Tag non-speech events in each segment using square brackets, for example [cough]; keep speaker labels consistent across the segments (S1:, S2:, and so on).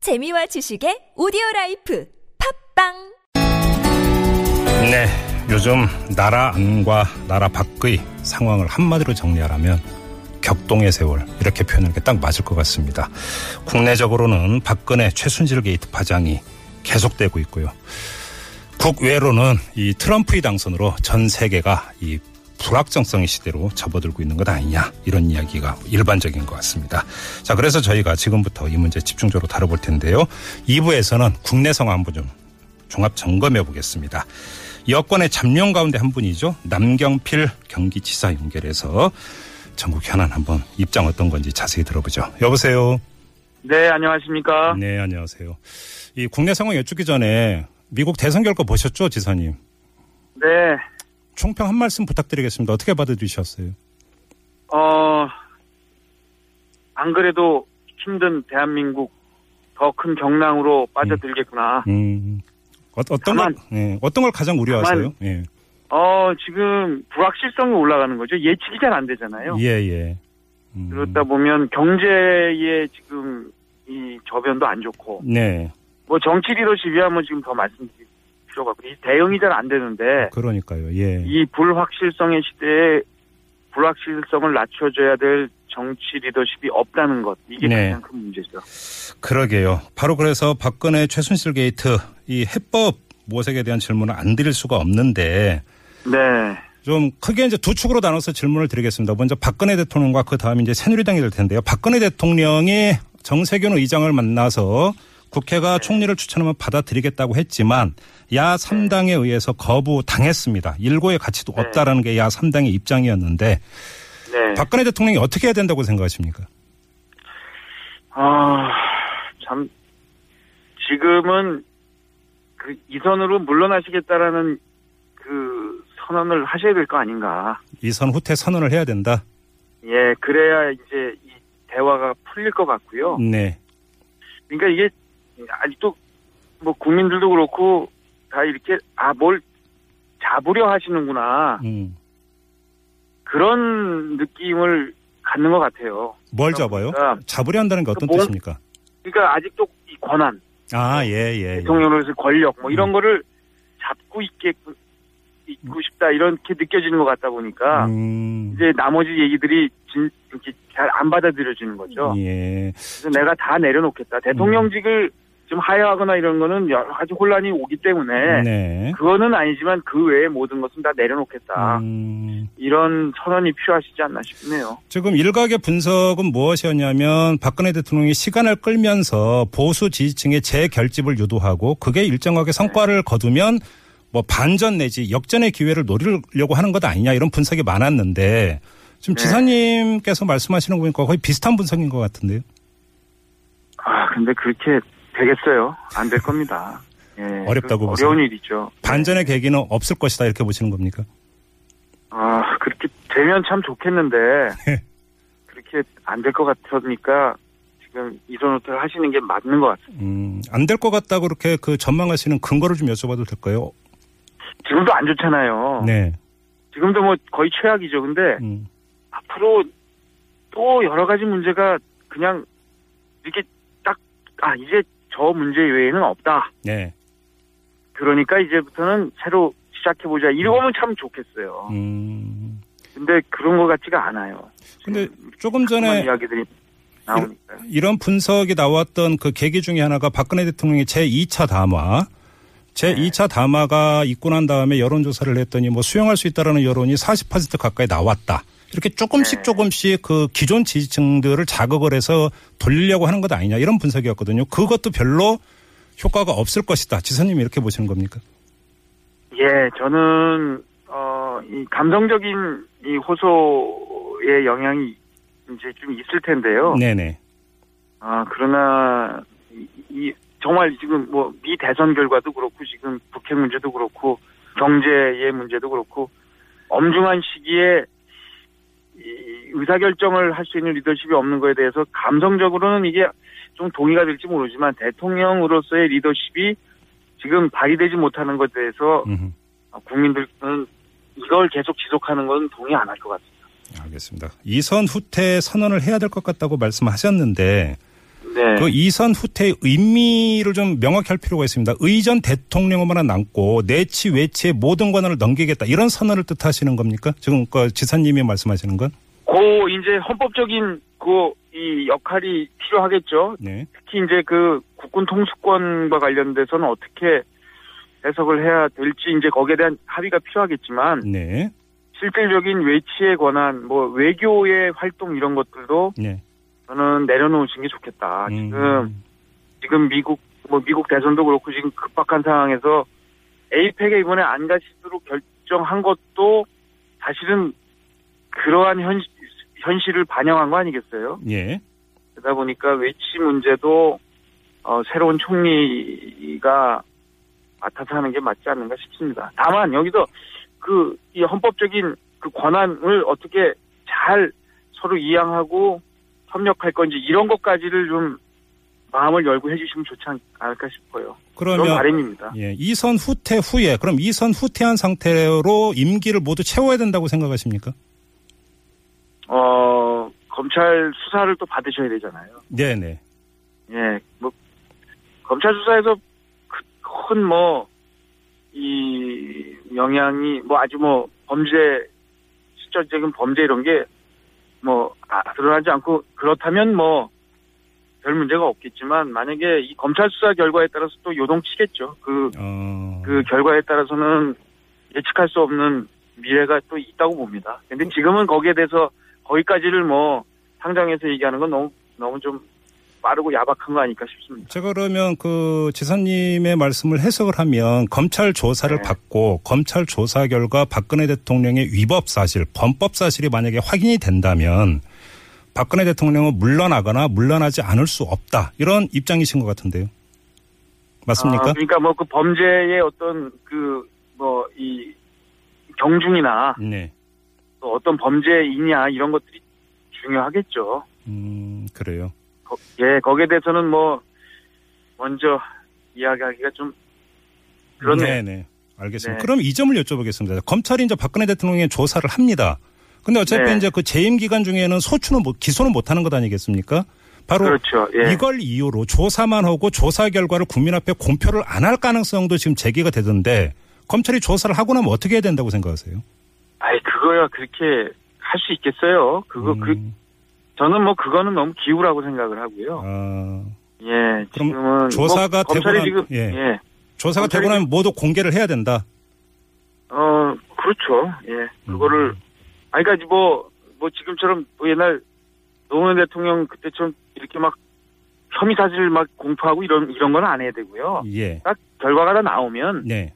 S1: 재미와 지식의 오디오 라이프 팝빵
S2: 네, 요즘 나라 안과 나라 밖의 상황을 한마디로 정리하라면 격동의 세월 이렇게 표현하는 게 딱 맞을 것 같습니다. 국내적으로는 박근혜 최순실 게이트 파장이 계속되고 있고요. 국외로는 이 트럼프의 당선으로 전 세계가 이 불확정성의 시대로 접어들고 있는 것 아니냐 이런 이야기가 일반적인 것 같습니다. 자 그래서 저희가 지금부터 이 문제 집중적으로 다뤄볼 텐데요. 2부에서는 국내 상황 한번 좀 종합 점검해 보겠습니다. 여권의 잠룡 가운데 한 분이죠. 남경필 경기지사 연결해서 전국 현안 한번 입장 어떤 건지 자세히 들어보죠. 여보세요.
S3: 네, 안녕하십니까.
S2: 네, 안녕하세요. 이 국내 상황 여쭙기 전에 미국 대선 결과 보셨죠, 지사님?
S3: 네,
S2: 총평 한 말씀 부탁드리겠습니다. 어떻게 받아들이셨어요?
S3: 어, 안 그래도 힘든 대한민국 더 큰
S2: 예.
S3: 경랑으로 빠져들겠구나.
S2: 음, 어, 어떤
S3: 다만-
S2: 걸, 예, 어떤 걸 가장 우려하세요? 예,
S3: 어, 지금 불확실성이 올라가는 거죠. 예측이 잘 안 되잖아요.
S2: 예, 예. 음,
S3: 그렇다 보면 경제에 지금 이 저변도 안 좋고,
S2: 네,
S3: 뭐 정치 리더십이 하면 지금 더 말씀드릴 필요가 없고, 이 대응이 잘 안 되는데,
S2: 그러니까요. 예,
S3: 이 불확실성의 시대에 불확실성을 낮춰줘야 될 정치 리더십이 없다는 것. 이게
S2: 네.
S3: 가장 큰 문제죠.
S2: 그러게요. 바로 그래서 박근혜 최순실 게이트 이 해법 모색에 대한 질문을 안 드릴 수가 없는데
S3: 네.
S2: 좀 크게 이제 두 축으로 나눠서 질문을 드리겠습니다. 먼저 박근혜 대통령과 그 다음 이제 새누리당이 될 텐데요. 박근혜 대통령이 정세균 의장을 만나서 국회가
S3: 네.
S2: 총리를 추천하면 받아들이겠다고 했지만 야삼당에 의해서 거부당했습니다. 일고의 가치도
S3: 네.
S2: 없다라는 게 야삼당의 입장이었는데
S3: 네.
S2: 박근혜 대통령이 어떻게 해야 된다고 생각하십니까?
S3: 아, 참, 지금은 그 이선으로 물러나시겠다라는 그 선언을 하셔야 될 거 아닌가.
S2: 이선 후퇴 선언을 해야 된다.
S3: 예, 그래야 이제 이 대화가 풀릴 것 같고요.
S2: 네.
S3: 그러니까 이게 아직도 뭐 국민들도 그렇고 다 이렇게 아, 뭘 잡으려 하시는구나.
S2: 음.
S3: 그런 느낌을 갖는 것 같아요.
S2: 뭘 잡아요?
S3: 그러니까,
S2: 잡으려 한다는 게 어떤
S3: 그 몸-
S2: 뜻입니까?
S3: 그러니까 아직도 이 권한,
S2: 아, 예, 예. 예.
S3: 대통령으로서 권력 뭐 이런
S2: 음.
S3: 거를 잡고 있게 있고 싶다 이렇게 느껴지는 것 같다 보니까
S2: 음,
S3: 이제 나머지 얘기들이 진, 이렇게 잘 안 받아들여지는 거죠.
S2: 예.
S3: 그래서 내가 다 내려놓겠다. 대통령직을 좀 하야하거나 이런 거는 여러 가지 혼란이 오기 때문에
S2: 네.
S3: 그거는 아니지만 그 외의 모든 것은 다 내려놓겠다.
S2: 음,
S3: 이런 선언이 필요하시지 않나 싶네요.
S2: 지금 일각의 분석은 무엇이었냐면 박근혜 대통령이 시간을 끌면서 보수 지지층의 재결집을 유도하고 그게 일정하게 성과를 거두면 뭐 반전 내지 역전의 기회를 노리려고 하는 것 아니냐 이런 분석이 많았는데 지금
S3: 네.
S2: 지사님께서 말씀하시는 거 보니까 거의 비슷한 분석인 것 같은데요.
S3: 네. 아 근데 그렇게 되겠어요? 안 될 겁니다. 예,
S2: 어렵다고
S3: 그
S2: 보세요?
S3: 어려운 일이죠.
S2: 반전의 계기는 없을 것이다 이렇게 보시는 겁니까?
S3: 아, 그렇게 되면 참 좋겠는데,
S2: 네.
S3: 그렇게 안 될 것 같으니까, 지금 이선호텔 하시는 게 맞는 것 같습니다.
S2: 음, 안 될 것 같다고 그렇게 그 전망하시는 근거를 좀 여쭤봐도 될까요?
S3: 지금도 안 좋잖아요.
S2: 네.
S3: 지금도 뭐 거의 최악이죠. 근데
S2: 음,
S3: 앞으로 또 여러 가지 문제가 그냥 이렇게 딱, 아, 이제 저 문제 외에는 없다.
S2: 네.
S3: 그러니까 이제부터는 새로 시작해보자.
S2: 네.
S3: 이러면 참 좋겠어요.
S2: 음.
S3: 근데 그런 것 같지가 않아요.
S2: 근데 조금
S3: 그런
S2: 전에
S3: 이야기들이 나오니까요.
S2: 이런 분석이 나왔던 그 계기 중에 하나가 박근혜 대통령의 제2차 담화. 제2차 담화가 있고 난 다음에 여론조사를 했더니 뭐 수용할 수 있다라는 여론이 40% 가까이 나왔다. 이렇게 조금씩
S3: 네.
S2: 조금씩 그 기존 지지층들을 자극을 해서 돌리려고 하는 것 아니냐 이런 분석이었거든요. 그것도 별로 효과가 없을 것이다. 지사님이 이렇게 보시는 겁니까?
S3: 예, 저는 어, 이 감성적인 이 호소의 영향이 이제 좀 있을 텐데요.
S2: 네네.
S3: 아 그러나 이, 이 정말 지금 뭐 미 대선 결과도 그렇고 지금 북핵 문제도 그렇고 경제의 문제도 그렇고 엄중한 시기에 이 의사결정을 할 수 있는 리더십이 없는 거에 대해서 감성적으로는 이게 좀 동의가 될지 모르지만 대통령으로서의 리더십이 지금 발휘되지 못하는 것에 대해서
S2: 음.
S3: 아, 국민들은 이걸 계속 지속하는 건 동의 안 할 것 같습니다.
S2: 알겠습니다. 이선 후퇴 선언을 해야 될 것 같다고 말씀하셨는데
S3: 네.
S2: 그 이선 후퇴의 의미를 좀 명확히 할 필요가 있습니다. 의전 대통령으로만 남고 내치 외치의 모든 권한을 넘기겠다 이런 선언을 뜻하시는 겁니까? 지금 그 지사님이 말씀하시는 건?
S3: 고 이제 헌법적인 그 이 역할이 필요하겠죠.
S2: 네.
S3: 특히 이제 그 국군 통수권과 관련돼서는 어떻게 해석을 해야 될지 이제 거기에 대한 합의가 필요하겠지만
S2: 네.
S3: 실질적인 외치의 권한, 뭐 외교의 활동 이런 것들도
S2: 네.
S3: 저는 내려놓으신 게 좋겠다.
S2: 음.
S3: 아, 지금 지금 미국 뭐 미국 대선도 그렇고 지금 급박한 상황에서 에이펙에 이번에 안 가시도록 결정한 것도 사실은 그러한 현 현실을 반영한 거 아니겠어요?
S2: 예.
S3: 그러다 보니까 외치 문제도 어, 새로운 총리가 맡아서 하는 게 맞지 않는가 싶습니다. 다만 여기서 그 이 헌법적인 그 권한을 어떻게 잘 서로 이양하고 협력할 건지 이런 것까지를 좀 마음을 열고 해주시면 좋지 않- 않을까 싶어요. 그런
S2: 그러면
S3: 바람입니다.
S2: 예, 이선 후퇴 후에 그럼 이선 후퇴한 상태로 임기를 모두 채워야 된다고 생각하십니까?
S3: 어 검찰 수사를 또 받으셔야 되잖아요.
S2: 네, 네.
S3: 예, 뭐 검찰 수사에서 그, 큰뭐 이 영향이 뭐 아주 뭐 범죄 실질적인 범죄 이런 게 뭐 드러나지 않고 그렇다면 뭐 별 문제가 없겠지만 만약에 이 검찰 수사 결과에 따라서 또 요동치겠죠. 그 그
S2: 어.
S3: 결과에 따라서는 예측할 수 없는 미래가 또 있다고 봅니다. 근데 지금은 거기에 대해서 거기까지를 뭐 상장해서 얘기하는 건 너무 너무 좀 빠르고 야박한 거 아닐까 싶습니다.
S2: 제가 그러면 그 지사님의 말씀을 해석을 하면 검찰 조사를
S3: 네.
S2: 받고 검찰 조사 결과 박근혜 대통령의 위법 사실, 범법 사실이 만약에 확인이 된다면 박근혜 대통령은 물러나거나 물러나지 않을 수 없다. 이런 입장이신 것 같은데요. 맞습니까?
S3: 아, 그러니까 뭐 그 범죄의 어떤 그 뭐 이 경중이나
S2: 네.
S3: 또 어떤 범죄이냐 이런 것들이 중요하겠죠.
S2: 음, 그래요.
S3: 거- 예, 거기에 대해서는 뭐 먼저 이야기하기가 좀 그렇네요.
S2: 네 알겠습니다.
S3: 네.
S2: 그럼 이 점을 여쭤보겠습니다. 검찰이 이제 박근혜 대통령의 조사를 합니다. 근데 어차피
S3: 네.
S2: 이제 그 재임 기간 중에는 소추는 못, 기소는 못 하는 것 아니겠습니까? 바로
S3: 그렇죠. 예.
S2: 이걸 이유로 조사만 하고 조사 결과를 국민 앞에 공표를 안 할 가능성도 지금 제기가 되던데 검찰이 조사를 하고 나면 어떻게 해야 된다고 생각하세요?
S3: 아이 그거야 그렇게 할 수 있겠어요. 그거 그
S2: 음,
S3: 저는 뭐 그거는 너무 기우라고 생각을 하고요.
S2: 아,
S3: 예,
S2: 그럼
S3: 지금은
S2: 조사가
S3: 뭐 검찰이
S2: 되고 난-
S3: 지금
S2: 예.
S3: 예,
S2: 조사가
S3: 검찰이-
S2: 되고 나면 모두 공개를 해야 된다.
S3: 어, 그렇죠. 예. 그거를,
S2: 음.
S3: 아니, 그니까 뭐, 뭐 지금처럼 뭐 옛날 노무현 대통령 그때처럼 이렇게 막 혐의 사실 막 공표하고 이런, 이런 건 안 해야 되고요.
S2: 예.
S3: 딱 결과가 다 나오면
S2: 네.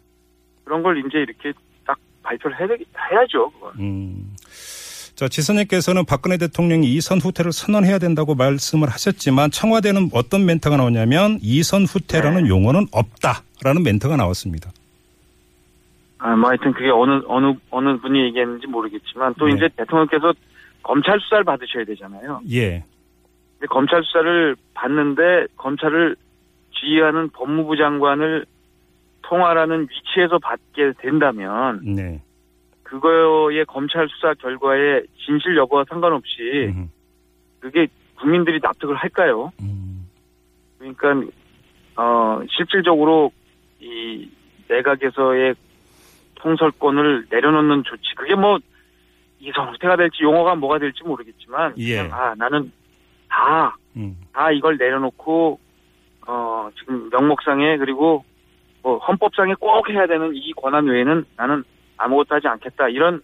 S3: 그런 걸 이제 이렇게 딱 발표를 해야, 되- 해야죠. 그건.
S2: 음. 자, 지선님께서는 박근혜 대통령이 이선 후퇴를 선언해야 된다고 말씀을 하셨지만 청와대는 어떤 멘트가 나오냐면 이선 후퇴라는
S3: 네.
S2: 용어는 없다라는 멘트가 나왔습니다.
S3: 아, 뭐 하여튼 그게 어느, 어느, 어느 분이 얘기했는지 모르겠지만 또
S2: 네.
S3: 이제 대통령께서 검찰 수사를 받으셔야 되잖아요.
S2: 예.
S3: 근데 검찰 수사를 받는데 검찰을 지휘하는 법무부 장관을 통화라는 위치에서 받게 된다면
S2: 네.
S3: 그거의 검찰 수사 결과에 진실 여부와 상관없이
S2: 음.
S3: 그게 국민들이 납득을 할까요?
S2: 음.
S3: 그러니까 어 실질적으로 이 내각에서의 통설권을 내려놓는 조치 그게 뭐 이성태가 될지 용어가 뭐가 될지 모르겠지만
S2: 예.
S3: 그냥 아 나는 다
S2: 음.
S3: 다 이걸 내려놓고 어 지금 명목상에 그리고 뭐 헌법상에 꼭 해야 되는 이 권한 외에는 나는 아무것도 하지 않겠다 이런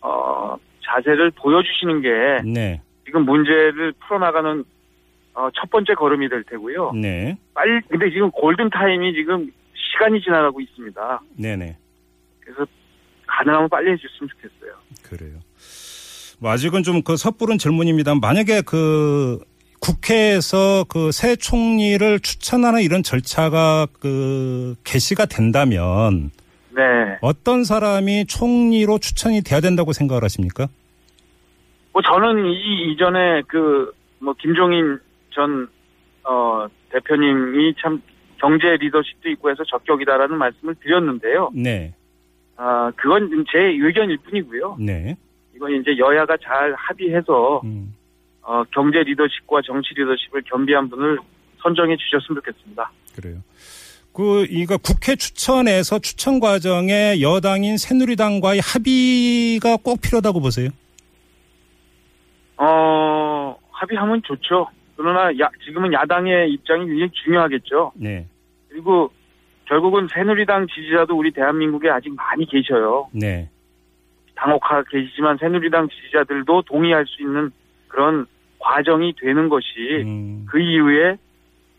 S3: 어 자세를 보여주시는 게
S2: 네.
S3: 지금 문제를 풀어나가는 어, 첫 번째 걸음이 될 테고요.
S2: 네.
S3: 빨리 근데 지금 골든 타임이 지금 시간이 지나가고 있습니다.
S2: 네네.
S3: 그래서 가능하면 빨리 해줬으면 좋겠어요.
S2: 그래요. 뭐 아직은 좀 그 섣부른 질문입니다. 만약에 그 국회에서 그 새 총리를 추천하는 이런 절차가 그 개시가 된다면
S3: 네.
S2: 어떤 사람이 총리로 추천이 돼야 된다고 생각을 하십니까?
S3: 뭐 저는 이 이전에 그 뭐 김종인 전 어, 대표님이 참 경제 리더십도 있고 해서 적격이다라는 말씀을 드렸는데요.
S2: 네,
S3: 아 그건 제 의견일 뿐이고요.
S2: 네,
S3: 이건 이제 여야가 잘 합의해서
S2: 음,
S3: 어, 어, 경제 리더십과 정치 리더십을 겸비한 분을 선정해 주셨으면 좋겠습니다.
S2: 그래요. 그 이거 국회 추천에서 추천 과정에 여당인 새누리당과의 합의가 꼭 필요하다고 보세요.
S3: 어, 합의하면 좋죠. 그러나 야, 지금은 야당의 입장이 굉장히 중요하겠죠.
S2: 네,
S3: 그리고 결국은 새누리당 지지자도 우리 대한민국에 아직 많이 계셔요.
S2: 네,
S3: 당혹하게 계시지만 새누리당 지지자들도 동의할 수 있는 그런 과정이 되는 것이
S2: 음,
S3: 그 이후에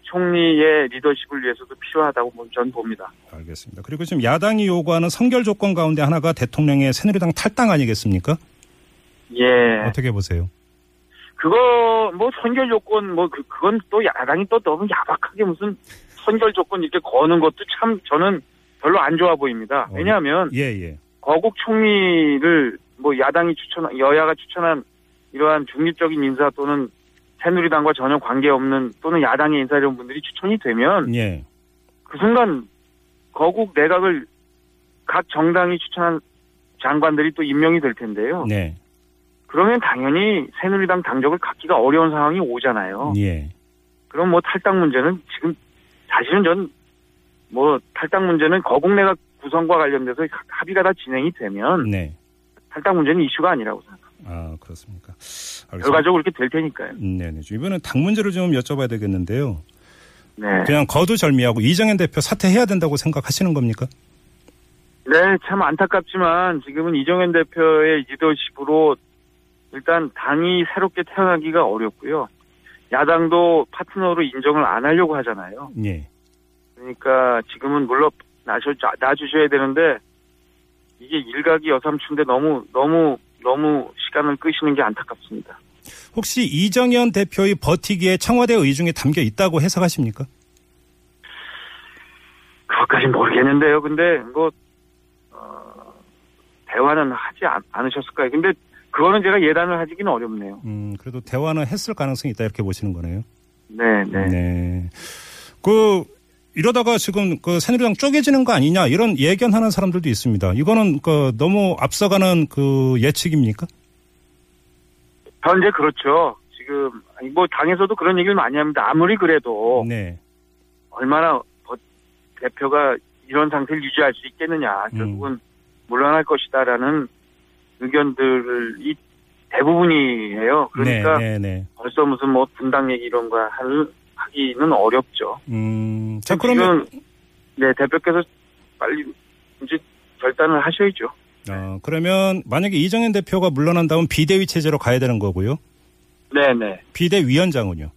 S3: 총리의 리더십을 위해서도 필요하다고 저는 봅니다.
S2: 알겠습니다. 그리고 지금 야당이 요구하는 선결 조건 가운데 하나가 대통령의 새누리당 탈당 아니겠습니까?
S3: 예.
S2: 어떻게 보세요?
S3: 그거 뭐 선결 조건 뭐 그, 그건 또 야당이 또 너무 야박하게 무슨 선결 조건 이렇게 거는 것도 참 저는 별로 안 좋아 보입니다.
S2: 어.
S3: 왜냐하면
S2: 예, 예,
S3: 거국 총리를 뭐 야당이 추천 여야가 추천한 이러한 중립적인 인사 또는 새누리당과 전혀 관계없는 또는 야당의 인사 이런 분들이 추천이 되면
S2: 예.
S3: 그 순간 거국 내각을 각 정당이 추천한 장관들이 또 임명이 될 텐데요.
S2: 네,
S3: 그러면 당연히 새누리당 당적을 갖기가 어려운 상황이 오잖아요.
S2: 예.
S3: 그럼 뭐 탈당 문제는 지금 사실은 전 뭐 탈당 문제는 거국 내각 구성과 관련돼서 각- 합의가 다 진행이 되면
S2: 네.
S3: 탈당 문제는 이슈가 아니라고 생각합니다.
S2: 아, 그렇습니까. 알겠습니다.
S3: 결과적으로 그렇게 될 테니까요.
S2: 네, 네. 이번엔 당 문제를 좀 여쭤봐야 되겠는데요.
S3: 네.
S2: 그냥 거두절미하고 이정현 대표 사퇴해야 된다고 생각하시는 겁니까?
S3: 네, 참 안타깝지만 지금은 이정현 대표의 리더십으로 일단 당이 새롭게 태어나기가 어렵고요. 야당도 파트너로 인정을 안 하려고 하잖아요.
S2: 예.
S3: 그러니까 지금은 물론 나셔, 놔주셔야 되는데 이게 일각이 여삼춘데 너무 너무 너무 시간을 끄시는 게 안타깝습니다.
S2: 혹시 이정현 대표의 버티기에 청와대 의중에 담겨 있다고 해석하십니까?
S3: 그것까지 모르겠는데요. 근데 뭐 어, 대화는 하지 않, 않으셨을까요? 근데 그거는 제가 예단을 하기는 어렵네요.
S2: 음, 그래도 대화는 했을 가능성이 있다 이렇게 보시는 거네요.
S3: 네, 네.
S2: 네. 그 이러다가 지금 그 새누리당 쪼개지는 거 아니냐 이런 예견하는 사람들도 있습니다. 이거는 그 너무 앞서가는 그 예측입니까?
S3: 현재 그렇죠. 지금 아니, 뭐 당에서도 그런 얘기를 많이 합니다. 아무리 그래도
S2: 네.
S3: 얼마나 버- 대표가 이런 상태를 유지할 수 있겠느냐.
S2: 음.
S3: 결국은 물러날 것이다라는 의견들이 대부분이에요. 그러니까
S2: 네, 네, 네.
S3: 벌써 무슨 뭐 분당 얘기 이런 거 할- 하기는 어렵죠.
S2: 음. 자, 그러면
S3: 지금, 네 대표께서 빨리 이제 결단을 하셔야죠.
S2: 어, 그러면 만약에 이정현 대표가 물러난다면 비대위 체제로 가야 되는 거고요.
S3: 네네
S2: 비대위원장은요.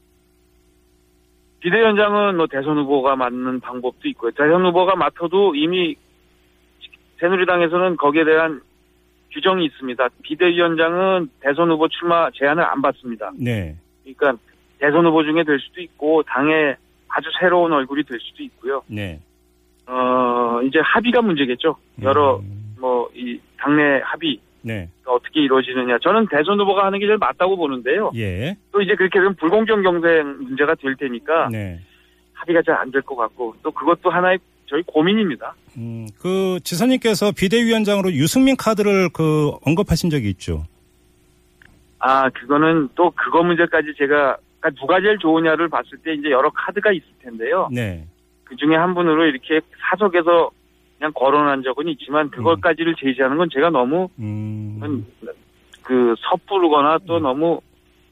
S3: 비대위원장은 뭐 대선 후보가 맡는 방법도 있고요. 대선 후보가 맡아도 이미 새누리당에서는 거기에 대한 규정이 있습니다. 비대위원장은 대선 후보 출마 제안을 안 받습니다.
S2: 네.
S3: 그러니까 대선 후보 중에 될 수도 있고 당의 아주 새로운 얼굴이 될 수도 있고요.
S2: 네.
S3: 어 이제 합의가 문제겠죠. 여러
S2: 음,
S3: 뭐 이 당내 합의
S2: 네.
S3: 어떻게 이루어지느냐. 저는 대선 후보가 하는 게 제일 맞다고 보는데요.
S2: 예.
S3: 또 이제 그렇게 되면 불공정 경쟁 문제가 될 테니까
S2: 네.
S3: 합의가 잘 안 될 것 같고 또 그것도 하나의 저희 고민입니다.
S2: 음, 그 지사님께서 비대위원장으로 유승민 카드를 그 언급하신 적이 있죠.
S3: 아 그거는 또 그거 문제까지 제가 그러니까 누가 제일 좋으냐를 봤을 때 이제 여러 카드가 있을 텐데요.
S2: 네.
S3: 그 중에 한 분으로 이렇게 사석에서 그냥 거론한 적은 있지만 그것까지를 제시하는 건 제가 너무
S2: 음.
S3: 그 섣부르거나 또
S2: 음.
S3: 너무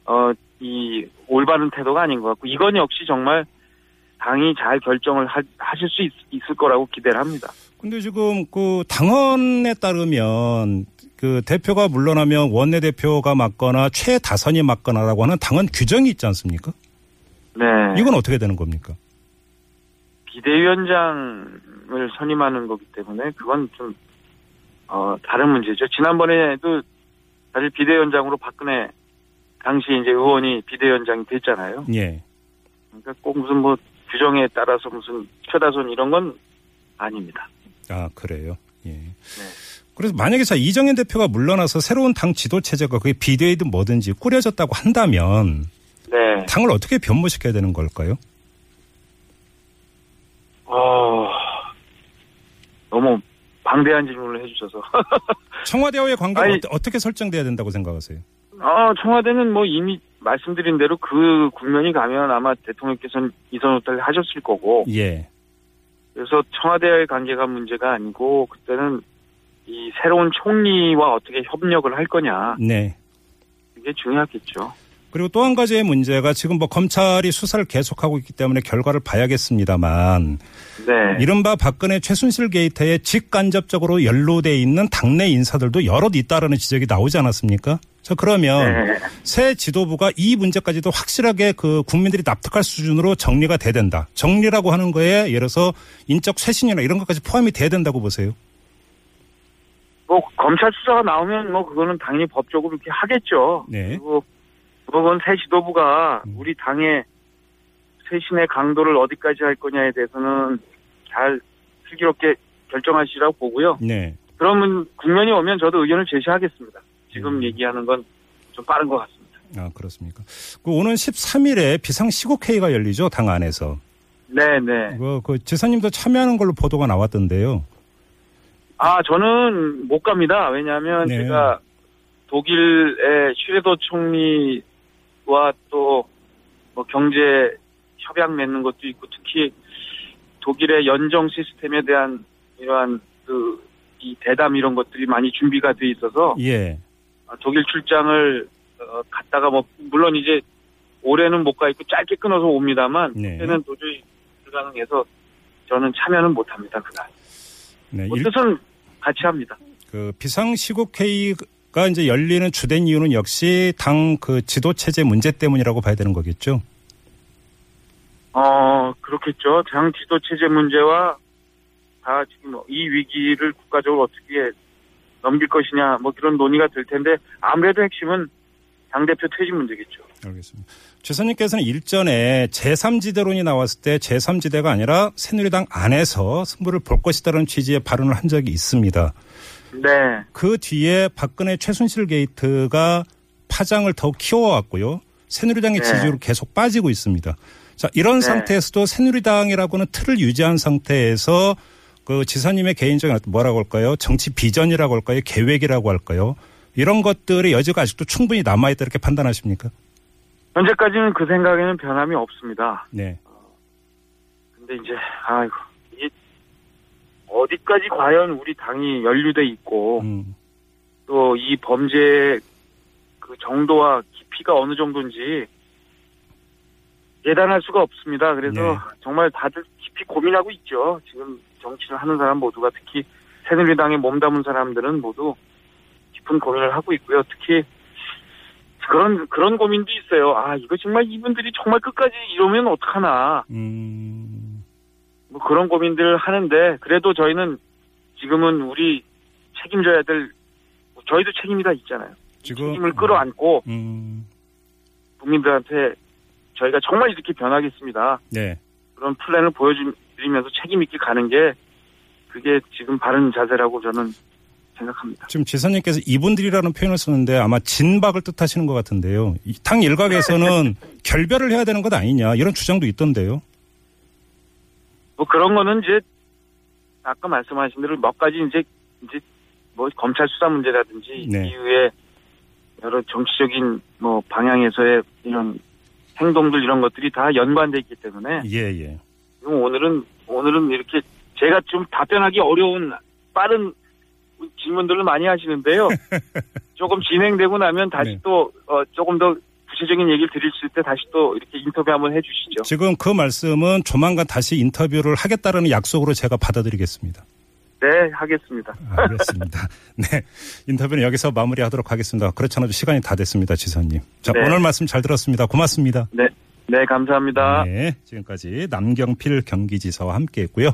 S3: 어 이 올바른 태도가 아닌 것 같고 이건 역시 정말 당이 잘 결정을 하, 하실 수 있, 있을 거라고 기대를 합니다.
S2: 근데 지금 그 당헌에 따르면 그 대표가 물러나면 원내대표가 맡거나 최다선이 맡거나라고 하는 당헌 규정이 있지 않습니까?
S3: 네.
S2: 이건 어떻게 되는 겁니까?
S3: 비대위원장을 선임하는 거기 때문에 그건 좀 어, 다른 문제죠. 지난번에도 사실 비대위원장으로 박근혜 당시 이제 의원이 비대위원장이 됐잖아요.
S2: 예.
S3: 그러니까 꼭 무슨 뭐 규정에 따라서 무슨 최다선 이런 건 아닙니다.
S2: 아, 그래요. 예.
S3: 네.
S2: 그래서 만약에 자 이정현 대표가 물러나서 새로운 당 지도 체제가 그게 비대위든 뭐든지 꾸려졌다고 한다면
S3: 네.
S2: 당을 어떻게 변모시켜야 되는 걸까요?
S3: 어, 너무 방대한 질문을 해주셔서.
S2: 청와대와의 관계가
S3: 아니-
S2: 어떠- 어떻게 설정돼야 된다고 생각하세요?
S3: 아, 청와대는 뭐 이미 말씀드린 대로 그 국면이 가면 아마 대통령께서는 이선호탈 하셨을 거고
S2: 예.
S3: 그래서 청와대와의 관계가 문제가 아니고 그때는 이 새로운 총리와 어떻게 협력을 할 거냐
S2: 네.
S3: 이게 중요하겠죠.
S2: 그리고 또 한 가지의 문제가 지금 뭐 검찰이 수사를 계속하고 있기 때문에 결과를 봐야겠습니다만
S3: 네.
S2: 이른바 박근혜 최순실 게이트에 직간접적으로 연루돼 있는 당내 인사들도 여럿 있다라는 지적이 나오지 않았습니까? 자 그러면
S3: 네.
S2: 새 지도부가 이 문제까지도 확실하게 그 국민들이 납득할 수준으로 정리가 돼야 된다. 정리라고 하는 거에 예를 들어서 인적 쇄신이나 이런 것까지 포함이 돼야 된다고 보세요.
S3: 뭐 검찰 수사가 나오면 뭐 그거는 당연히 법적으로 이렇게 하겠죠.
S2: 네.
S3: 그리고 그건 새 지도부가
S2: 음.
S3: 우리 당의 쇄신의 강도를 어디까지 할 거냐에 대해서는 잘 슬기롭게 결정하시라고 보고요.
S2: 네.
S3: 그러면 국면이 오면 저도 의견을 제시하겠습니다. 지금
S2: 음.
S3: 얘기하는 건 좀 빠른 것 같습니다.
S2: 아 그렇습니까? 그 오는 13일에 비상시국회의가 열리죠 당 안에서.
S3: 네, 네.
S2: 그, 그 지사님도 참여하는 걸로 보도가 나왔던데요.
S3: 아, 저는 못 갑니다. 왜냐하면
S2: 네.
S3: 제가 독일의 슈레도 총리와 또 뭐 경제 협약 맺는 것도 있고 특히 독일의 연정 시스템에 대한 이러한 그 이 대담 이런 것들이 많이 준비가 돼 있어서 아,
S2: 예.
S3: 독일 출장을 어, 갔다가 뭐 물론 이제 올해는 못 가 있고 짧게 끊어서 옵니다만
S2: 네.
S3: 그때는 도저히 불가능해서 저는 참여는 못 합니다 그날.
S2: 네.
S3: 뭐
S2: 일-
S3: 뜻은 같이 합니다.
S2: 그 비상시국회의가 이제 열리는 주된 이유는 역시 당 그 지도체제 문제 때문이라고 봐야 되는 거겠죠.
S3: 어, 그렇겠죠. 당 지도 체제 문제와 다 지금 뭐 이 위기를 국가적으로 어떻게 넘길 것이냐, 뭐 그런 논의가 될 텐데, 아무래도 핵심은 당대표 퇴진 문제겠죠.
S2: 알겠습니다. 최선님께서는 일전에 제3지대론이 나왔을 때 제3지대가 아니라 새누리당 안에서 승부를 볼 것이다라는 취지의 발언을 한 적이 있습니다.
S3: 네.
S2: 그 뒤에 박근혜 최순실 게이트가 파장을 더욱 키워왔고요. 새누리당의
S3: 네.
S2: 지지율이 계속 빠지고 있습니다. 자, 이런
S3: 네.
S2: 상태에서도 새누리당이라고는 틀을 유지한 상태에서 그 지사님의 개인적인 어떤 뭐라고 할까요? 정치 비전이라고 할까요? 계획이라고 할까요? 이런 것들의 여지가 아직도 충분히 남아있다 이렇게 판단하십니까?
S3: 현재까지는 그 생각에는 변함이 없습니다.
S2: 네.
S3: 근데 이제, 아이고, 이게 어디까지 과연 우리 당이 연루돼 있고,
S2: 음,
S3: 또 이 범죄 그 정도와 깊이가 어느 정도인지 예단할 수가 없습니다. 그래서
S2: 네.
S3: 정말 다들 깊이 고민하고 있죠. 지금 정치를 하는 사람 모두가 특히 새누리당에 몸담은 사람들은 모두 깊은 고민을 하고 있고요. 특히 그런 그런 고민도 있어요. 아 이거 정말 이분들이 정말 끝까지 이러면 어떡하나
S2: 음,
S3: 뭐 그런 고민들을 하는데 그래도 저희는 지금은 우리 책임져야 될 저희도 책임이 다 있잖아요.
S2: 지금-
S3: 책임을 끌어안고
S2: 음,
S3: 국민들한테 저희가 정말 이렇게 변하겠습니다.
S2: 네.
S3: 그런 플랜을 보여드리면서 책임 있게 가는 게 그게 지금 바른 자세라고 저는 생각합니다.
S2: 지금 지사님께서 이분들이라는 표현을 쓰는데 아마 진박을 뜻하시는 것 같은데요. 이당
S3: [laughs]
S2: 일각에서는 결별을 해야 되는 것 아니냐 이런 주장도 있던데요.
S3: 뭐 그런 거는 이제 아까 말씀하신 대로 몇 가지 이제 이제 뭐 검찰 수사 문제라든지
S2: 네.
S3: 이후에 여러 정치적인 뭐 방향에서의 이런 행동들 이런 것들이 다 연관돼 있기 때문에
S2: 예, 예.
S3: 지금 오늘은 오늘은 이렇게 제가 좀 답변하기 어려운 빠른 질문들을 많이
S2: [laughs]
S3: 하시는데요. 조금 진행되고 나면 다시
S2: 네.
S3: 또 어, 조금 더 구체적인 얘기를 드릴 수 있을 때 다시 또 이렇게 인터뷰 한번 해주시죠.
S2: 지금 그 말씀은 조만간 다시 인터뷰를 하겠다라는 약속으로 제가 받아들이겠습니다.
S3: 네, 하겠습니다.
S2: 알겠습니다. [laughs] 네. 인터뷰는 여기서 마무리하도록 하겠습니다. 그렇지 않아도 시간이 다 됐습니다, 지사님. 자,
S3: 네.
S2: 오늘 말씀 잘 들었습니다. 고맙습니다.
S3: 네, 네 감사합니다.
S2: 네. 지금까지 남경필 경기지사와 함께 했고요.